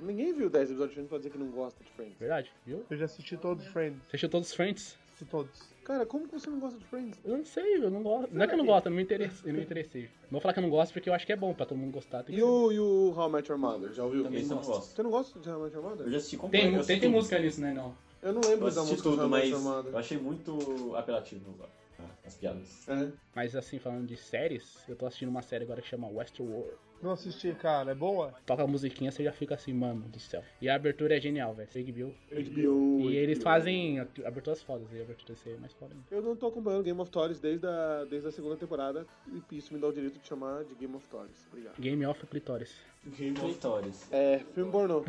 [SPEAKER 6] Ninguém viu 10 episódios de Friends pra dizer que não gosta de Friends.
[SPEAKER 1] Verdade, viu?
[SPEAKER 4] Eu já assisti todos os Friends.
[SPEAKER 1] Você assistiu todos os Friends?
[SPEAKER 4] Assisti todos.
[SPEAKER 6] Cara, como que você não gosta de Friends?
[SPEAKER 1] Eu não sei, eu não gosto. Não é que eu não gosto, eu não me interessei. Eu não me interessei. Não vou falar que eu não gosto porque eu acho que é bom pra todo mundo gostar. Tem, que
[SPEAKER 6] E o, e o How I Met Your Mother, já ouviu?
[SPEAKER 5] Também não gosto.
[SPEAKER 6] Você não gosta de How I Met Your
[SPEAKER 5] Eu
[SPEAKER 6] Mother?
[SPEAKER 5] já assisti
[SPEAKER 1] ser.
[SPEAKER 5] completo.
[SPEAKER 1] tem,
[SPEAKER 5] eu
[SPEAKER 1] tem,
[SPEAKER 5] assisti
[SPEAKER 1] tem
[SPEAKER 5] tudo.
[SPEAKER 1] música nisso, né? Não.
[SPEAKER 6] Eu não lembro
[SPEAKER 5] Eu
[SPEAKER 6] da
[SPEAKER 5] assisti
[SPEAKER 6] música de
[SPEAKER 5] tudo,
[SPEAKER 6] How I Met
[SPEAKER 5] mas
[SPEAKER 6] Your
[SPEAKER 5] eu
[SPEAKER 6] Mother.
[SPEAKER 5] achei muito apelativo ah, as piadas.
[SPEAKER 6] É.
[SPEAKER 1] Mas assim, falando de séries, eu tô assistindo uma série agora que chama Westworld.
[SPEAKER 4] Não assisti, cara. É boa?
[SPEAKER 1] Toca a musiquinha, você já fica assim, mano do céu. E a abertura é genial, velho. Você que viu.
[SPEAKER 6] É? HBO.
[SPEAKER 1] E eles fazem at- aberturas fodas, e a abertura desse aí é mais foda ainda.
[SPEAKER 6] Eu não tô acompanhando Game of Thrones desde a, desde a segunda temporada e isso me dá o direito de chamar de Game of Thrones. Obrigado.
[SPEAKER 1] Game of Clitoris. [LAUGHS]
[SPEAKER 5] Vitórias.
[SPEAKER 6] É, filme pornô.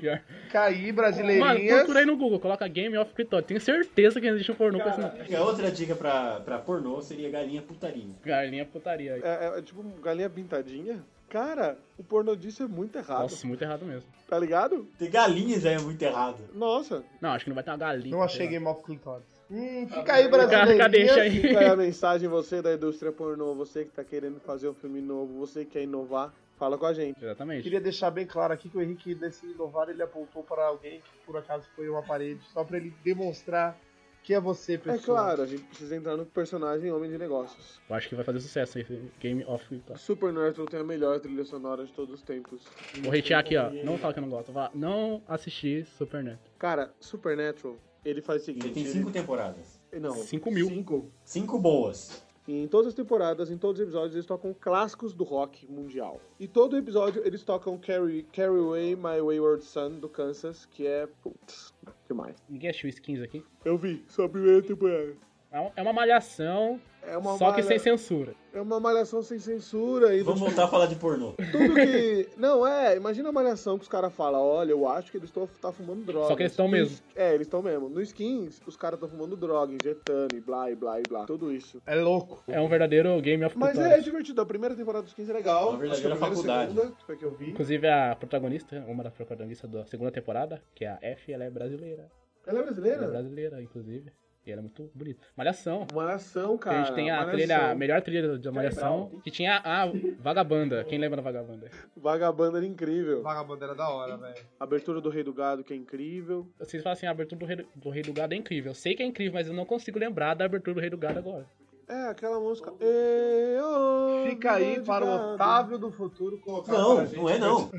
[SPEAKER 1] Pior.
[SPEAKER 4] Caí,
[SPEAKER 1] Mano,
[SPEAKER 4] brasileirinhas.
[SPEAKER 1] procura aí no Google, coloca Game of Clitoris. Tenho certeza que não existe um pornô com esse nome.
[SPEAKER 5] E a Outra dica pra, pra pornô seria galinha putaria.
[SPEAKER 1] Galinha putaria.
[SPEAKER 6] É, é, é tipo galinha pintadinha. Cara, o pornô disso é muito errado,
[SPEAKER 1] Nossa, muito errado mesmo.
[SPEAKER 6] tá ligado?
[SPEAKER 5] Ter galinhas é muito errado.
[SPEAKER 6] Nossa,
[SPEAKER 1] Não, acho que não vai ter uma galinha.
[SPEAKER 4] Não
[SPEAKER 1] sei
[SPEAKER 4] achei
[SPEAKER 1] lá.
[SPEAKER 4] Game of Clitoris. Hum, fica aí, brasileirinhas.
[SPEAKER 1] Fica- deixa aí.
[SPEAKER 6] fica aí é a mensagem você da indústria pornô, você que tá querendo fazer um filme novo, você que quer inovar, fala com a gente.
[SPEAKER 1] Exatamente.
[SPEAKER 4] Queria deixar bem claro aqui que o Henrique, nesse inovar, ele apontou para alguém que por acaso foi uma parede, só para ele demonstrar que é você, pessoal.
[SPEAKER 6] É claro, a gente precisa entrar no personagem homem de negócios.
[SPEAKER 1] Eu acho que vai fazer sucesso esse Game of Clitoris.
[SPEAKER 6] Super Nerdful tem a melhor trilha sonora de todos os tempos.
[SPEAKER 1] Vou hatear aqui, ó. Não fala que eu não gosto. Fala, não assisti Super Neto.
[SPEAKER 6] Cara, Supernatural, ele faz o seguinte...
[SPEAKER 5] Ele tem cinco temporadas.
[SPEAKER 6] ele- Não,
[SPEAKER 1] Cinco mil.
[SPEAKER 6] Cinco.
[SPEAKER 5] Cinco boas.
[SPEAKER 6] E em todas as temporadas, em todos os episódios, eles tocam clássicos do rock mundial. E todo episódio eles tocam Carry, Carry Away My Wayward Son do Kansas, que é. Putz, demais.
[SPEAKER 1] Ninguém achou skins aqui.
[SPEAKER 6] Eu vi, só a primeira temporada.
[SPEAKER 1] É um- É uma malhação,
[SPEAKER 6] É uma
[SPEAKER 1] só que
[SPEAKER 6] malha-
[SPEAKER 1] sem censura.
[SPEAKER 6] É uma malhação sem censura e do
[SPEAKER 5] Vamos
[SPEAKER 6] tipo,
[SPEAKER 5] voltar a falar de pornô.
[SPEAKER 6] tudo que. [LAUGHS] Não, é, imagina a malhação que os caras falam, olha, eu acho que eles estão tá fumando droga.
[SPEAKER 1] Só que eles estão mesmo.
[SPEAKER 6] É, eles estão mesmo. No skins, os caras estão fumando droga, injetando e blá e blá e blá. Tudo isso.
[SPEAKER 4] É louco.
[SPEAKER 1] É um verdadeiro Game of
[SPEAKER 6] Mas é, é
[SPEAKER 1] Clitoris.
[SPEAKER 6] divertido. A primeira temporada dos skins é legal.
[SPEAKER 5] Uma
[SPEAKER 6] Acho que a
[SPEAKER 5] verdadeira
[SPEAKER 6] primeira e
[SPEAKER 5] faculdade.
[SPEAKER 6] segunda, que foi que eu vi.
[SPEAKER 1] Inclusive a protagonista, uma das protagonistas da segunda temporada, que é a F, ela é brasileira.
[SPEAKER 6] Ela é
[SPEAKER 1] Ela é
[SPEAKER 6] brasileira?
[SPEAKER 1] brasileira, inclusive. E ela é muito bonita. Malhação.
[SPEAKER 6] Malhação,
[SPEAKER 1] a
[SPEAKER 6] cara.
[SPEAKER 1] gente tem a
[SPEAKER 6] Malhação.
[SPEAKER 1] trilha, a melhor trilha da Malhação, que tinha a Vagabanda. Quem lembra da Vagabanda?
[SPEAKER 6] Vagabanda era incrível.
[SPEAKER 4] Vagabundo era da hora, velho.
[SPEAKER 6] Abertura do Rei do Gado, que é incrível.
[SPEAKER 1] Vocês falam assim, a abertura do Rei do, do Rei do Gado é incrível. Eu sei que é incrível, mas eu não consigo lembrar da abertura do Rei do Gado agora.
[SPEAKER 6] É, aquela música. Ei, ô,
[SPEAKER 4] Fica aí
[SPEAKER 6] Rei do
[SPEAKER 4] para o
[SPEAKER 6] Gado.
[SPEAKER 4] Otávio do futuro colocar
[SPEAKER 5] Não,
[SPEAKER 4] pra gente.
[SPEAKER 5] não é não.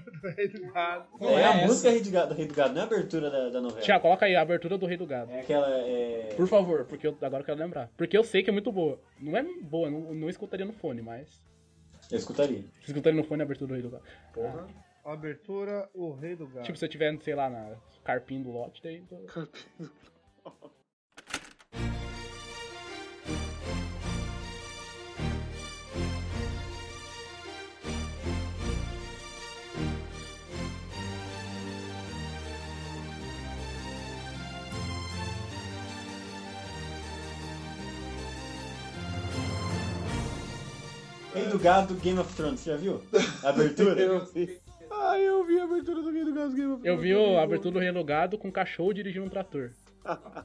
[SPEAKER 1] Não
[SPEAKER 5] é,
[SPEAKER 1] é
[SPEAKER 5] a
[SPEAKER 1] essa.
[SPEAKER 5] música Rei do Gado, Rei do Gado, não é a abertura da, da novela.
[SPEAKER 1] Tiago, coloca aí a abertura do Rei do Gado.
[SPEAKER 5] É aquela. É...
[SPEAKER 1] Por favor, porque eu, agora eu quero lembrar. Porque eu sei que é muito boa. Não é boa, não, não escutaria no fone, mas.
[SPEAKER 5] Eu escutaria.
[SPEAKER 1] Se escutaria no fone, a abertura do Rei do Gado.
[SPEAKER 4] Abertura, o rei do gato.
[SPEAKER 1] Tipo, se eu tiver, sei lá, na carpinho do lote, daí. eu-
[SPEAKER 5] Rei do Gado Game of Thrones, você já viu? A abertura?
[SPEAKER 6] Ah, eu vi a abertura do Game do Gas Game.
[SPEAKER 3] Eu vi o abertura do relogado com um cachorro dirigindo um trator.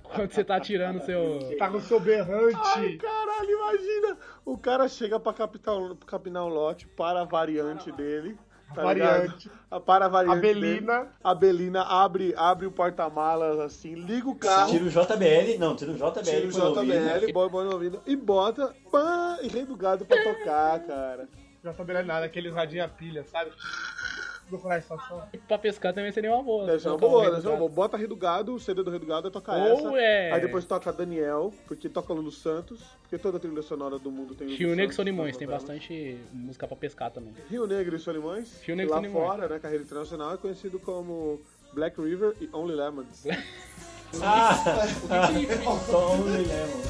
[SPEAKER 3] Quando você tá atirando seu.
[SPEAKER 6] [LAUGHS]
[SPEAKER 4] Tá com o seu berrante.
[SPEAKER 6] Ai, caralho, imagina! O cara chega pra capital, capinar o lote, para a variante dele. Tá
[SPEAKER 4] Variante.
[SPEAKER 6] ligado? A para a variante.
[SPEAKER 4] A Belina.
[SPEAKER 6] dele. A Belina abre, abre o porta-malas assim, liga o carro,
[SPEAKER 5] Tira o JBL, não, tira o JBL.
[SPEAKER 6] tira o
[SPEAKER 5] pelo ouvido.
[SPEAKER 6] JBL, bota no ouvido e bota pá, e rei do gado pra tocar, cara.
[SPEAKER 4] Já tá melhor nada, aqueles radinho a pilha, sabe? Do coração.
[SPEAKER 3] E pra pescar também seria uma boa.
[SPEAKER 6] Deve ser uma
[SPEAKER 3] Colocar um
[SPEAKER 6] boa,
[SPEAKER 3] rei
[SPEAKER 6] deve ser
[SPEAKER 3] do
[SPEAKER 6] uma boa.
[SPEAKER 3] gado.
[SPEAKER 6] Bota rei do gado, o CD do rei do gado, toca essa.
[SPEAKER 3] Ou é.
[SPEAKER 6] Aí depois toca Daniel, porque toca Lulu Santos, porque toda a trilha sonora do mundo tem Lulu
[SPEAKER 3] Rio Negro e
[SPEAKER 6] Santos,
[SPEAKER 3] Solimões,
[SPEAKER 6] todas
[SPEAKER 3] tem
[SPEAKER 6] elas.
[SPEAKER 3] bastante música pra pescar também.
[SPEAKER 6] Rio Negro e Solimões.
[SPEAKER 3] Rio Negro e
[SPEAKER 6] lá
[SPEAKER 3] Solimões.
[SPEAKER 6] fora, né, carreira internacional, é conhecido como Black River e Only Lemons.
[SPEAKER 5] Ah! Só um dilema.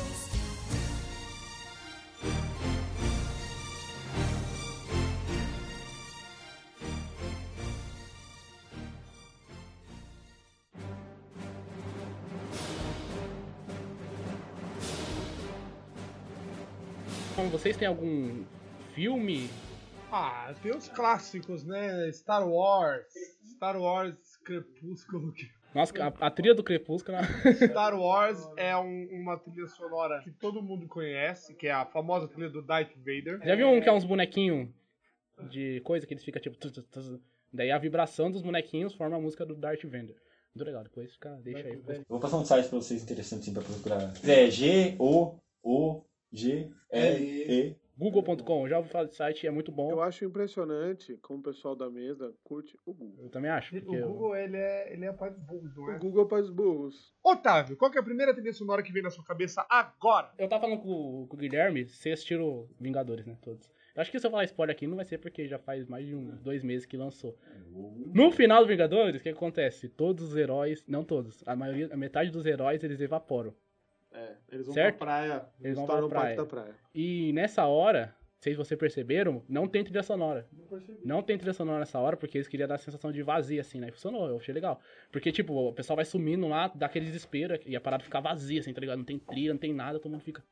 [SPEAKER 3] Então, vocês têm algum filme?
[SPEAKER 4] Ah, tem os clássicos, né? Star Wars. Star Wars Crepúsculo. que-
[SPEAKER 3] Nossa, a, a trilha do Crepúsculo. né?
[SPEAKER 4] [LAUGHS] Star Wars é um- uma trilha sonora que todo mundo conhece, que é a famosa trilha do Darth Vader.
[SPEAKER 3] [LAUGHS] Já viu um que é uns bonequinhos de coisa que eles ficam tipo. tuz, tuz, tuz? Daí a vibração dos bonequinhos forma a música do Darth Vader. Muito legal, depois fica, deixa aí.
[SPEAKER 5] Eu vou passar um site pra vocês interessantes assim, pra procurar. É G-O-O-G-L-E.
[SPEAKER 3] Google.com, já ouvi falar desse site, é muito bom.
[SPEAKER 6] Eu acho impressionante como o pessoal da mesa curte o Google.
[SPEAKER 3] Eu também acho.
[SPEAKER 4] O
[SPEAKER 3] Porque eu-
[SPEAKER 4] Google, ele é, ele é pai do Google, não
[SPEAKER 6] O
[SPEAKER 4] é?
[SPEAKER 6] Google para os burros.
[SPEAKER 4] Otávio, qual que é a primeira trilha sonora que vem na sua cabeça agora?
[SPEAKER 3] Eu tava falando com, o- com o Guilherme, vocês assistiram Vingadores, né? Todos. Eu acho que se eu falar spoiler aqui, não vai ser porque já faz mais de uns dois meses que lançou. No final do Vingadores, o que acontece? Todos os heróis, não todos, a maioria, a metade dos heróis eles evaporam.
[SPEAKER 6] É, eles vão
[SPEAKER 3] Certo.
[SPEAKER 6] pra praia.
[SPEAKER 3] Eles vão
[SPEAKER 6] tornam
[SPEAKER 3] pra praia.
[SPEAKER 6] parte da praia.
[SPEAKER 3] E nessa hora, vocês vocês perceberam, não tem trilha sonora. Não tem trilha sonora nessa hora, porque eles queriam dar a sensação de vazia, assim, né? E funcionou, eu achei legal. Porque, tipo, o pessoal vai sumindo lá, dá aquele desespero, e a parada fica vazia, assim, tá ligado? Não tem trilha, não tem nada, todo mundo fica.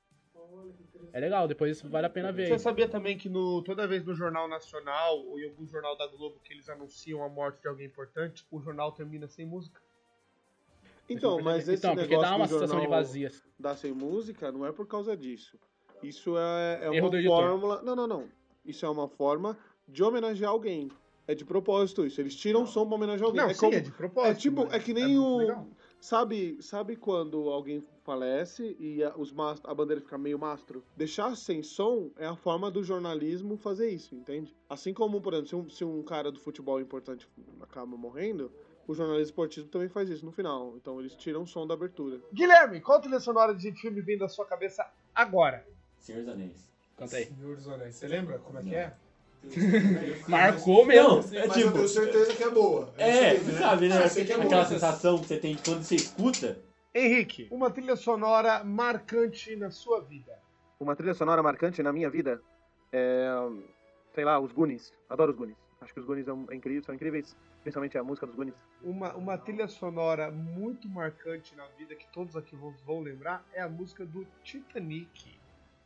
[SPEAKER 3] É legal, depois isso vale a pena ver.
[SPEAKER 4] Você sabia também que no- toda vez no Jornal Nacional ou em algum jornal da Globo que eles anunciam a morte de alguém importante, o jornal termina sem música?
[SPEAKER 6] Então, mas esse
[SPEAKER 3] Então, porque
[SPEAKER 6] negócio
[SPEAKER 3] dá uma
[SPEAKER 6] do
[SPEAKER 3] sensação de
[SPEAKER 6] jornal
[SPEAKER 3] vazia. assim.
[SPEAKER 6] dar sem música não é por causa disso. Isso é, é
[SPEAKER 3] Erro do
[SPEAKER 6] uma
[SPEAKER 3] editor.
[SPEAKER 6] fórmula... Não, não, não. Isso é uma forma de homenagear alguém. É de propósito isso. Eles tiram o som pra homenagear alguém.
[SPEAKER 4] Não,
[SPEAKER 6] é
[SPEAKER 4] sim,
[SPEAKER 6] como-
[SPEAKER 4] é de propósito.
[SPEAKER 6] É tipo,
[SPEAKER 4] mas
[SPEAKER 6] é que nem
[SPEAKER 4] muito legal.
[SPEAKER 6] o. Sabe, sabe quando alguém falece e a, os mas- a bandeira fica meio mastro? Deixar sem som é a forma do jornalismo fazer isso, entende? Assim como, por exemplo, se um, se um cara do futebol importante acaba morrendo, o jornalismo esportivo também faz isso no final. Então eles tiram o som da abertura.
[SPEAKER 4] Guilherme, qual trilha sonora de filme vem da sua cabeça agora?
[SPEAKER 5] Senhor dos Anéis.
[SPEAKER 3] Canta aí.
[SPEAKER 7] Senhor dos Anéis. Você lembra como é que é?
[SPEAKER 3] Marcou mesmo.
[SPEAKER 7] assim, Mas
[SPEAKER 5] É
[SPEAKER 7] eu tenho
[SPEAKER 5] tipo.
[SPEAKER 7] certeza que é boa.
[SPEAKER 5] É,
[SPEAKER 7] isso aí, né?
[SPEAKER 5] sabe, né?
[SPEAKER 7] Ah, sei que é boa.
[SPEAKER 5] Aquela sensação que você tem quando você escuta.
[SPEAKER 4] Henrique, uma trilha sonora marcante na sua vida.
[SPEAKER 11] Uma trilha sonora marcante na minha vida é. Sei lá, os Goonies. Adoro os Goonies. Acho que os Goonies é são incríveis, são incríveis, principalmente a música dos Goonies.
[SPEAKER 4] Uma, uma trilha sonora muito marcante na vida que todos aqui vão, vão lembrar é a música do Titanic.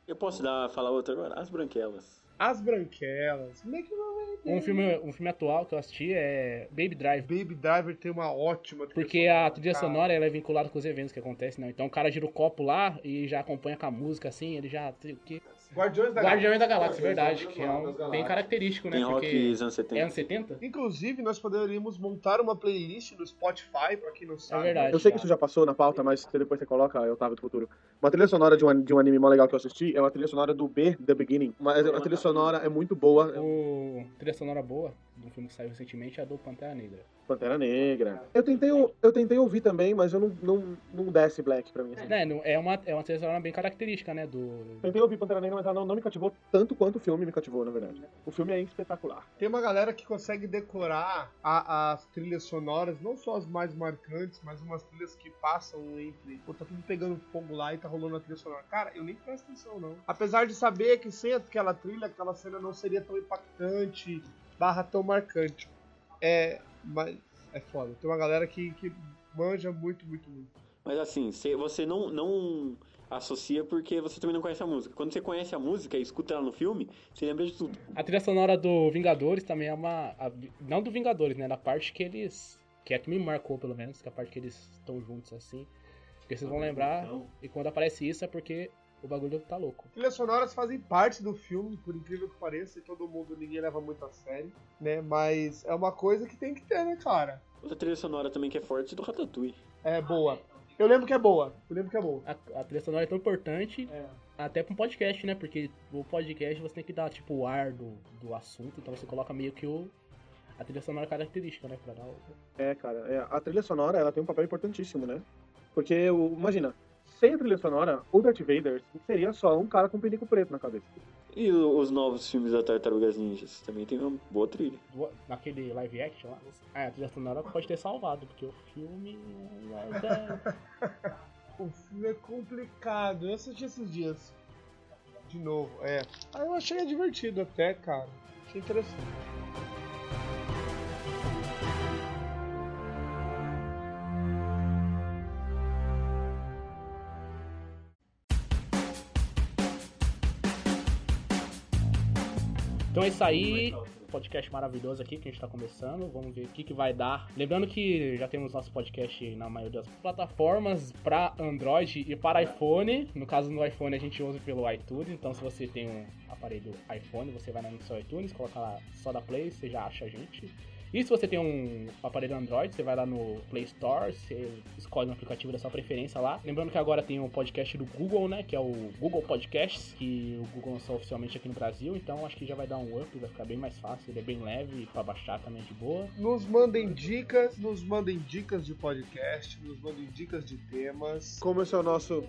[SPEAKER 12] Eu posso dar, falar outra agora? As Branquelas.
[SPEAKER 4] As Branquelas. é Make
[SPEAKER 3] Um filme, um filme atual que eu assisti é Baby Drive.
[SPEAKER 4] Baby Driver tem uma ótima trilha
[SPEAKER 3] Porque a trilha sonora ela é vinculada com os eventos que acontecem, não. Então o cara gira o copo lá e já acompanha com a música, assim, ele já. O que?
[SPEAKER 4] Guardiões da Galáxia.
[SPEAKER 3] Guardiões da Galáxia, verdade, que é um, bem característico, né?
[SPEAKER 12] Tem rock
[SPEAKER 3] Porque
[SPEAKER 12] dos anos 70.
[SPEAKER 3] é anos 70?
[SPEAKER 4] Inclusive, nós poderíamos montar uma playlist no Spotify, pra quem não sabe.
[SPEAKER 3] É verdade.
[SPEAKER 11] Eu sei que isso já passou na pauta, mas você depois você coloca, eu tava do futuro. Uma trilha sonora de um, an- de um anime mó legal que eu assisti é uma trilha sonora do B, The Beginning. Mas a trilha sonora é muito boa.
[SPEAKER 3] O trilha sonora boa do filme que saiu recentemente é a do Pantera Negra.
[SPEAKER 11] Pantera Negra. Eu tentei, ou- eu tentei ouvir também, mas eu não, não, não desce Black pra mim. assim.
[SPEAKER 3] Né, não- É, uma, é uma trilha sonora bem característica, né? Do.
[SPEAKER 11] Tentei ouvir Pantera Negra, mas ela não, não me cativou tanto quanto o filme me cativou, na verdade. O filme é espetacular.
[SPEAKER 4] Tem uma galera que consegue decorar a- as trilhas sonoras, não só as mais marcantes, mas umas trilhas que passam entre. Pô, tá tudo pegando fogo lá e tá rolando a trilha sonora. Cara, eu nem presto atenção, não. Apesar de saber que sem aquela trilha, aquela cena não seria tão impactante, barra tão marcante. É. Mas. É foda. Tem uma galera que, que manja muito, muito, muito.
[SPEAKER 12] Mas assim, se- você não, não
[SPEAKER 5] associa porque você também não conhece a música. Quando você conhece a música e escuta ela no filme, você lembra de tudo.
[SPEAKER 3] A trilha sonora do Vingadores também é uma. a- não do Vingadores, né? Da parte que eles. Que é a que me marcou, pelo menos, que é a parte que eles estão juntos assim. Porque vocês vão lembrar. E quando aparece isso é porque o bagulho tá louco.
[SPEAKER 4] Trilhas sonoras fazem parte do filme, por incrível que pareça, e todo mundo, ninguém leva muito a sério, né? Mas é uma coisa que tem que ter, né, cara?
[SPEAKER 5] Outra trilha sonora também que é forte é do Ratatouille.
[SPEAKER 4] É boa. Eu lembro que é boa. Eu lembro que é boa.
[SPEAKER 3] A, a trilha sonora é tão importante, até pra um podcast, né? Porque o podcast você tem que dar, tipo, o ar do, do assunto, então você coloca meio que o. A trilha sonora característica, né? Pra dar o.
[SPEAKER 6] É, cara, é, a trilha sonora ela tem um papel importantíssimo, né? Porque, o- imagina, sem a trilha sonora, o Darth Vader seria só um cara com um pinico preto na cabeça.
[SPEAKER 5] E o- os novos filmes da Tartarugas Ninjas também tem uma boa trilha.
[SPEAKER 3] do- Naquele live action lá. Ah, a trilha sonora pode ter salvado, porque o filme. é-
[SPEAKER 4] O filme é complicado. Eu assisti esses dias. De novo, é. Aí eu achei divertido até, cara. Achei interessante.
[SPEAKER 3] Então é isso aí. Podcast maravilhoso aqui que a gente tá começando. Vamos ver o que, que vai dar. Lembrando que já temos nosso podcast na maioria das plataformas para Android e para iPhone. No caso do iPhone, a gente usa pelo iTunes. Então, se você tem um aparelho iPhone, você vai no seu iTunes, coloca lá só da Play, você já acha a gente. E se você tem um aparelho Android, você vai lá no Play Store, você escolhe um aplicativo da sua preferência lá. Lembrando que agora tem o podcast do Google, né? Que é o Google Podcasts, que o Google lançou oficialmente aqui no Brasil. Então acho que já vai dar um up, vai ficar bem mais fácil. Ele é bem leve, pra baixar também é de boa.
[SPEAKER 4] Nos mandem dicas, nos mandem dicas de podcast, nos mandem dicas de temas.
[SPEAKER 6] Como esse é o nosso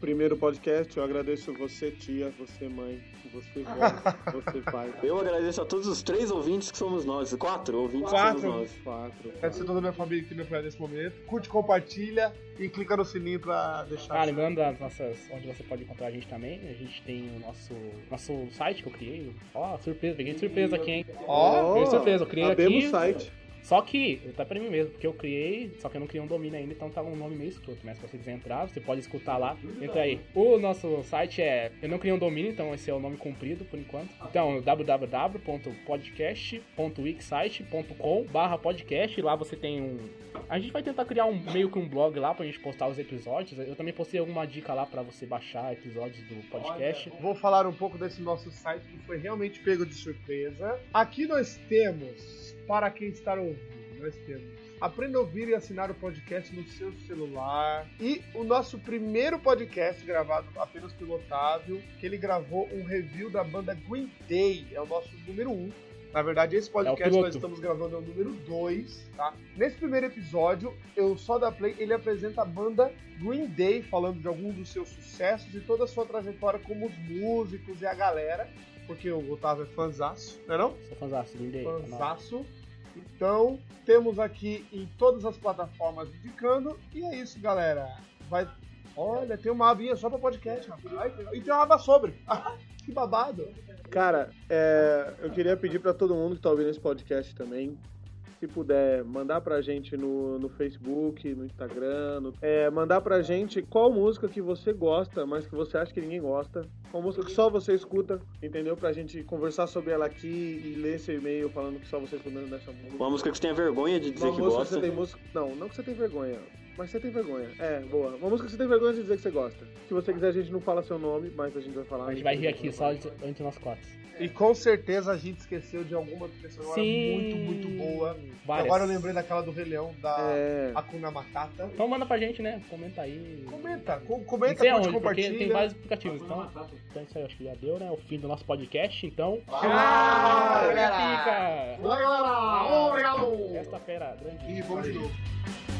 [SPEAKER 6] primeiro podcast, eu agradeço você, tia, você, mãe, você, vó,
[SPEAKER 3] [LAUGHS]
[SPEAKER 6] você, pai.
[SPEAKER 5] Eu agradeço a todos os três ouvintes que somos nós. Quatro ouvintes que
[SPEAKER 4] Quatro.
[SPEAKER 5] somos nós.
[SPEAKER 6] Quatro.
[SPEAKER 4] Agradecer a toda a tá minha família que me apoia nesse momento. Curte, compartilha e clica no sininho pra deixar.
[SPEAKER 3] Ah, lembrando das nossas, onde você pode encontrar a gente também, a gente tem o nosso, nosso site que eu criei. Ó, surpresa, peguei de surpresa aqui, hein?
[SPEAKER 6] Ó,
[SPEAKER 3] peguei de surpresa, eu criei
[SPEAKER 6] sabemos
[SPEAKER 3] aqui.
[SPEAKER 6] o site.
[SPEAKER 3] Só que, tá pra mim mesmo, porque eu criei, só que eu não criei um domínio ainda, então tá um nome meio escroto, mas se você quiser entrar, você pode escutar lá. Entra aí. O nosso site é. Eu não criei um domínio, então esse é o nome comprido por enquanto. Então, www.podcast.wixsite.com barra podcast. Lá você tem um. A gente vai tentar criar um meio que um blog lá pra gente postar os episódios. Eu também postei alguma dica lá pra você baixar episódios do podcast.
[SPEAKER 4] Vou falar um pouco desse nosso site que foi realmente pego de surpresa. Aqui nós temos, para quem está ouvindo, nós temos. Aprenda a ouvir e assinar o podcast no seu celular. E o nosso primeiro podcast, gravado apenas pelo Otávio, que ele gravou um review da banda Green Day. É o nosso número um. Na verdade, esse podcast
[SPEAKER 3] piloto.
[SPEAKER 4] nós estamos gravando é o número 2, tá? Nesse primeiro episódio, eu só da Play, ele apresenta a banda Green Day, falando de alguns dos seus sucessos e toda a sua trajetória como os músicos e a galera, porque o Otávio é fanzaço, não é não?
[SPEAKER 3] Sou fãzão, segundo aí.
[SPEAKER 4] Fanzaço. Então, temos aqui em todas as plataformas indicando. E é isso, galera. Vai... Olha, tem uma abinha só pra podcast, rapaz. E tem uma aba sobre. [LAUGHS] Ah, que babado.
[SPEAKER 6] Cara, é, eu queria pedir pra todo mundo que tá ouvindo esse podcast também, se puder, mandar pra gente no, no Facebook, no Instagram, no- é, mandar pra gente qual música que você gosta, mas que você acha que ninguém gosta, qual música que só você escuta, entendeu? Pra gente conversar sobre ela aqui e ler esse e-mail falando que só você escuta nessa música.
[SPEAKER 5] Uma música que você tenha vergonha de dizer
[SPEAKER 6] Uma
[SPEAKER 5] que
[SPEAKER 6] música
[SPEAKER 5] gosta.
[SPEAKER 6] você tem música- Não, não que você tem vergonha. Mas você tem vergonha. É, boa. Uma música que você tem vergonha de dizer que você gosta. Se você quiser, a gente não fala seu nome, mas a gente vai falar.
[SPEAKER 3] A gente vai rir aqui só antes, antes nós quatro.
[SPEAKER 4] E com certeza a gente esqueceu de alguma trilha sonora
[SPEAKER 3] Sim.
[SPEAKER 4] muito, muito boa.
[SPEAKER 3] Várias.
[SPEAKER 4] Agora eu lembrei daquela do Rei Leão, da
[SPEAKER 6] É.
[SPEAKER 4] Akuna Matata.
[SPEAKER 3] Então manda pra gente, né? Comenta aí.
[SPEAKER 4] Comenta, co-
[SPEAKER 3] Não
[SPEAKER 4] comenta,
[SPEAKER 3] sei
[SPEAKER 4] curte,
[SPEAKER 3] aonde, porque
[SPEAKER 4] compartilha.
[SPEAKER 3] tem vários aplicativos. Então, então isso aí, acho que já deu, né? O fim do nosso podcast, então.
[SPEAKER 4] Ah,
[SPEAKER 3] Fica!
[SPEAKER 4] galera! Vai, galera! Obrigado!
[SPEAKER 3] Esta fera grande.
[SPEAKER 4] E vamos de novo.